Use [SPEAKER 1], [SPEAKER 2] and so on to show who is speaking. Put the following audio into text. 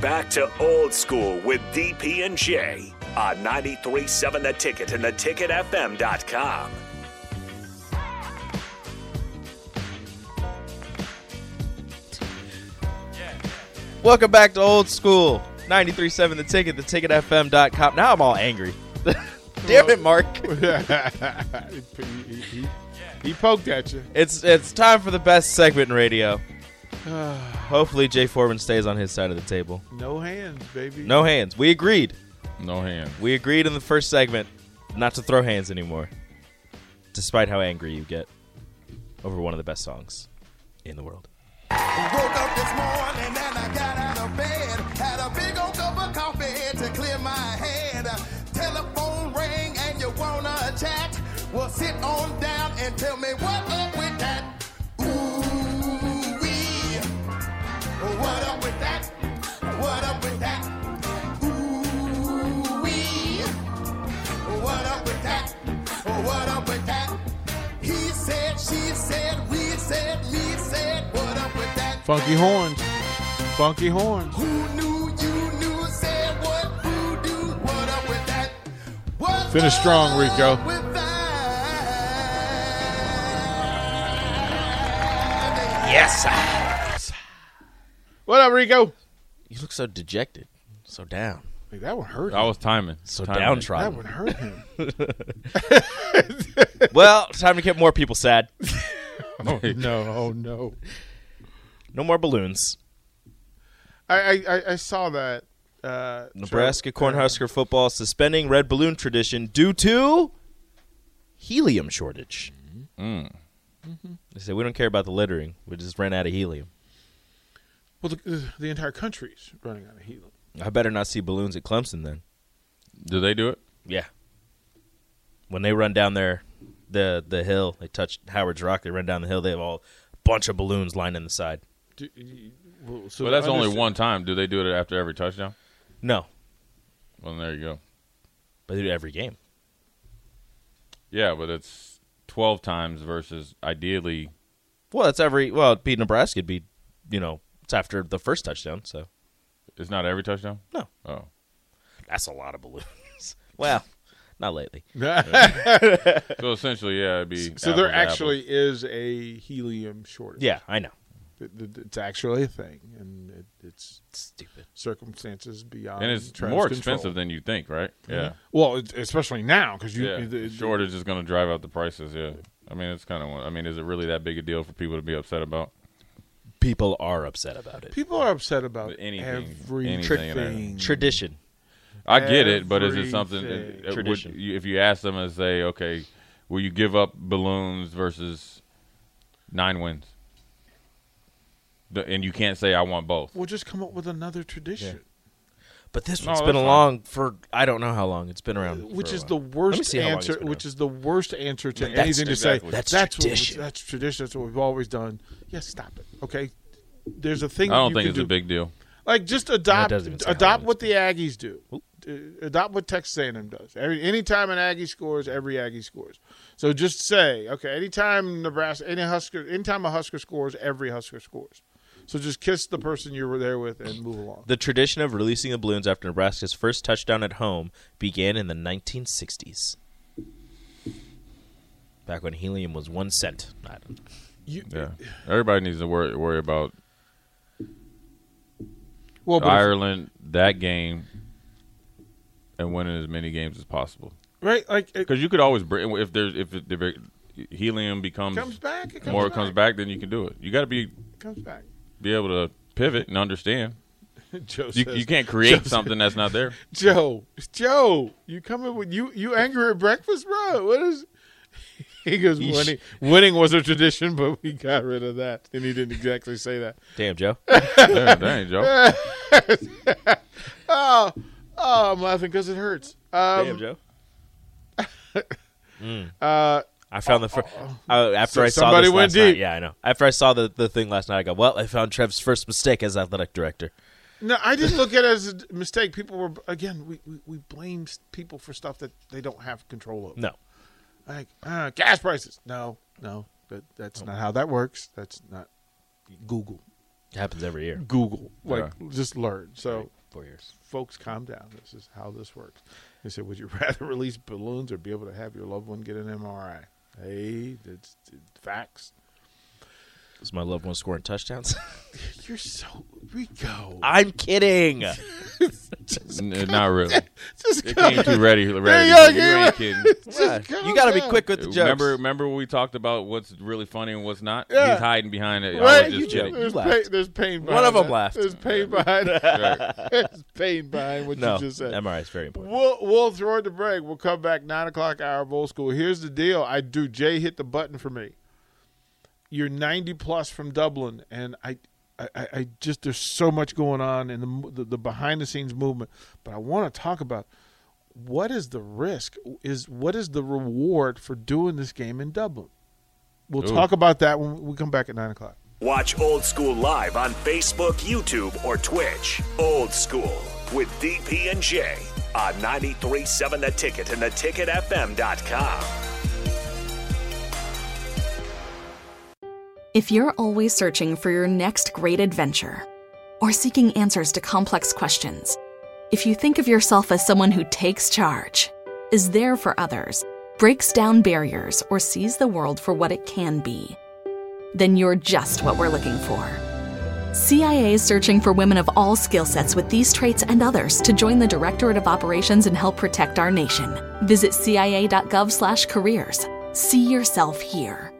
[SPEAKER 1] back to old school with DP and J on 93.7 The Ticket and theticketfm.com.
[SPEAKER 2] Welcome back to Old School 93.7 The Ticket, theticketfm.com. Now I'm all angry. Damn it, Mark.
[SPEAKER 3] he, he- he poked at you.
[SPEAKER 2] It's it's time for the best segment in radio. Hopefully, Jay Foreman stays on his side of the table.
[SPEAKER 3] No hands, baby.
[SPEAKER 2] No hands. We agreed.
[SPEAKER 4] No hand.
[SPEAKER 2] We agreed in the first segment not to throw hands anymore, despite how angry you get over one of the best songs in the world.
[SPEAKER 5] Woke up this morning and I got out of bed. Had a big old cup of coffee to clear my head. Telephone ring and you wanna chat? Well, sit on down and tell me what up with that. Ooh wee. What up with that? What up with that? Ooh wee. What up with that? What up with that? He said, she said, we said, me said. What up with that?
[SPEAKER 3] Funky horns. Funky horns.
[SPEAKER 5] Who knew you knew said what voodoo? What up with that? What
[SPEAKER 3] Finish strong, Rico.
[SPEAKER 5] up with that?
[SPEAKER 2] Yes.
[SPEAKER 3] What up, Rico?
[SPEAKER 2] You look so dejected, so down,
[SPEAKER 3] Hey, that one hurt.
[SPEAKER 4] I
[SPEAKER 3] Him.
[SPEAKER 4] was timing.
[SPEAKER 2] so
[SPEAKER 3] That
[SPEAKER 4] Timing.
[SPEAKER 2] downtrodden.
[SPEAKER 3] one hurt him.
[SPEAKER 2] well, time to get more people sad.
[SPEAKER 3] no, oh no.
[SPEAKER 2] No more balloons.
[SPEAKER 3] I I, I, I saw that. Uh,
[SPEAKER 2] Nebraska Cornhusker football suspending red balloon tradition due to helium shortage. They said we don't care about the littering; we just ran out of helium.
[SPEAKER 3] Well, the, the entire country's running out of helium.
[SPEAKER 2] I better not see balloons at Clemson then.
[SPEAKER 4] Do they do it?
[SPEAKER 2] Yeah. When they run down their the the hill, they touch Howard's Rock. They run down the hill. They have all a bunch of balloons lining the side.
[SPEAKER 3] Do, you- well, so
[SPEAKER 4] But that's only
[SPEAKER 3] understand-
[SPEAKER 4] one time. Do they do it after every touchdown?
[SPEAKER 2] No,
[SPEAKER 4] Well, there you go.
[SPEAKER 2] but they do it every game.
[SPEAKER 4] Yeah, but it's 12 times versus ideally.
[SPEAKER 2] Well, it's every well. It'd be Nebraska. It'd be you know it's after the first touchdown. So
[SPEAKER 4] It's not every touchdown?
[SPEAKER 2] No.
[SPEAKER 4] Oh.
[SPEAKER 2] that's a lot of balloons. well, not lately.
[SPEAKER 4] So essentially, yeah, it'd be.
[SPEAKER 3] So there
[SPEAKER 4] apples to
[SPEAKER 3] actually is
[SPEAKER 4] apples.
[SPEAKER 3] a helium shortage.
[SPEAKER 2] Yeah, I know.
[SPEAKER 3] It- it- it's actually a thing, and it, it's
[SPEAKER 2] Stupid.
[SPEAKER 3] circumstances beyond.
[SPEAKER 4] And it's
[SPEAKER 3] Travis
[SPEAKER 4] more
[SPEAKER 3] control.
[SPEAKER 4] expensive than you think, right? Yeah.
[SPEAKER 3] Well, it, especially now because Mm-hmm. you
[SPEAKER 4] Yeah.
[SPEAKER 3] the- the-
[SPEAKER 4] Shortage is going to drive up the prices. Yeah. I mean, it's kind of. I mean, is it really that big a deal for people to be upset about?
[SPEAKER 2] People are upset about it.
[SPEAKER 3] people are upset about
[SPEAKER 4] Anything,
[SPEAKER 3] every
[SPEAKER 4] anything and
[SPEAKER 3] thing.
[SPEAKER 4] everything.
[SPEAKER 2] Tradition.
[SPEAKER 4] I get it, but is it something?
[SPEAKER 3] Everything.
[SPEAKER 4] uh, would
[SPEAKER 2] Tradition.
[SPEAKER 4] you- if you ask them and say, okay, will you give up balloons versus nine wins? The- And you can't say I want both.
[SPEAKER 3] We'll just come up with another tradition,
[SPEAKER 2] But this
[SPEAKER 4] No,
[SPEAKER 2] one's
[SPEAKER 4] that's
[SPEAKER 2] been
[SPEAKER 4] fine.
[SPEAKER 2] along for I don't know how long. It's been around,
[SPEAKER 3] which
[SPEAKER 2] for a
[SPEAKER 3] is
[SPEAKER 2] while.
[SPEAKER 3] the
[SPEAKER 2] Let me
[SPEAKER 3] worst
[SPEAKER 2] see how long it's
[SPEAKER 3] answer.
[SPEAKER 2] been
[SPEAKER 3] Which
[SPEAKER 2] around.
[SPEAKER 3] is the worst answer to
[SPEAKER 2] That's-
[SPEAKER 3] anything to say.
[SPEAKER 4] exactly.
[SPEAKER 2] That's
[SPEAKER 3] what we-
[SPEAKER 2] tradition.
[SPEAKER 3] that's tradition. That's what we've always done. Yeah, stop it. Okay, there's a thing.
[SPEAKER 4] I don't
[SPEAKER 3] you
[SPEAKER 4] think
[SPEAKER 3] can
[SPEAKER 4] it's
[SPEAKER 3] do.
[SPEAKER 4] a big deal.
[SPEAKER 3] Like just adopt
[SPEAKER 2] doesn't even say how
[SPEAKER 3] adopt
[SPEAKER 2] long
[SPEAKER 3] what the Aggies do. Uh, Adopt what Texas A&M does. Every anytime an Aggie scores, every Aggie scores. So just say, okay, anytime Nebraska, any Husker, anytime a Husker scores, every Husker scores. So just kiss the person you were there with and move along.
[SPEAKER 2] The tradition of releasing the balloons after Nebraska's first touchdown at home began in the 1960s. Back when helium was one cent. I don't know.
[SPEAKER 3] You,
[SPEAKER 4] Yeah, everybody needs to worry worry about
[SPEAKER 3] well, Oh, but if-
[SPEAKER 4] Ireland that game and winning as many games as possible.
[SPEAKER 3] right, like it
[SPEAKER 4] Because you could always br- if there's if the helium becomes
[SPEAKER 3] comes back, it comes
[SPEAKER 4] more
[SPEAKER 3] back,
[SPEAKER 4] comes back, then you can do it. You got to be
[SPEAKER 3] it comes back.
[SPEAKER 4] be able to pivot and understand.
[SPEAKER 3] Joe
[SPEAKER 4] You,
[SPEAKER 3] says,
[SPEAKER 4] you can't create something that's not there.
[SPEAKER 3] Joe, Joe, you coming with you? You angry at breakfast, bro? What is? He goes winning. Winning was a tradition, but we got rid of that, and he didn't exactly say that.
[SPEAKER 2] Damn, Joe.
[SPEAKER 4] Damn, dang, Joe.
[SPEAKER 3] Oh, I'm laughing because it hurts. Um,
[SPEAKER 2] Damn, Joe. Mm. I found the first. after
[SPEAKER 3] So
[SPEAKER 2] I saw
[SPEAKER 3] somebody
[SPEAKER 2] this
[SPEAKER 3] went
[SPEAKER 2] last night-
[SPEAKER 3] deep.
[SPEAKER 2] yeah, I know. After I saw the, the thing last night, I go, well, I found Trev's first mistake as athletic director.
[SPEAKER 3] No, I didn't look at it as a mistake. People were again. We, we, we blame s- people for stuff that they don't have control over.
[SPEAKER 2] No.
[SPEAKER 3] Like uh, gas prices. No, no, that, that's not how that works. That's not Google.
[SPEAKER 2] It happens every year.
[SPEAKER 3] Google, like just learn. So
[SPEAKER 2] Four years.
[SPEAKER 3] folks, calm down. This is how this works. They said, would you rather release balloons or be able to have your loved one get an MRI? Hey, that's it's facts.
[SPEAKER 2] Is my loved one scoring touchdowns?
[SPEAKER 3] You're so Rico.
[SPEAKER 2] I'm kidding.
[SPEAKER 4] N- not really.
[SPEAKER 3] just
[SPEAKER 4] It came too ready. ready.
[SPEAKER 3] yeah,
[SPEAKER 4] you
[SPEAKER 3] yeah.
[SPEAKER 4] ain't kidding.
[SPEAKER 2] Gosh, you got to be quick with the jokes.
[SPEAKER 4] Remember, remember when we talked about what's really funny and what's not?
[SPEAKER 3] Yeah.
[SPEAKER 4] He's hiding behind it. I
[SPEAKER 3] Right,
[SPEAKER 4] was
[SPEAKER 3] you
[SPEAKER 4] just kidding.
[SPEAKER 2] joke.
[SPEAKER 3] there's,
[SPEAKER 2] laughed.
[SPEAKER 3] pain, there's pain behind
[SPEAKER 2] of 'em
[SPEAKER 3] that.
[SPEAKER 2] laughed.
[SPEAKER 3] There's pain behind
[SPEAKER 4] Right.
[SPEAKER 3] There's pain behind what
[SPEAKER 2] no,
[SPEAKER 3] you just said.
[SPEAKER 2] MRI is very important.
[SPEAKER 3] We'll, we'll throw it to break. We'll come back nine o'clock hour of old school. Here's the deal. I do. Jay hit the button for me. You're 90 plus from Dublin, and I, I, I- I just there's so much going on in the mo- the, the behind the scenes movement. But I want to talk about what is the risk? Is what is the reward for doing this game in Dublin? We'll
[SPEAKER 4] Ooh.
[SPEAKER 3] talk about that when we come back at nine o'clock.
[SPEAKER 1] Watch Old School live on Facebook, YouTube, or Twitch. Old School with DP and J on 937 The Ticket and theticketfm.com.
[SPEAKER 6] If you're always searching for your next great adventure, or seeking answers to complex questions, if you think of yourself as someone who takes charge, is there for others, breaks down barriers, or sees the world for what it can be, then you're just what we're looking for. CIA is searching for women of all skill sets with these traits and others to join the Directorate of Operations and help protect our nation. Visit cia.gov/careers. See yourself here.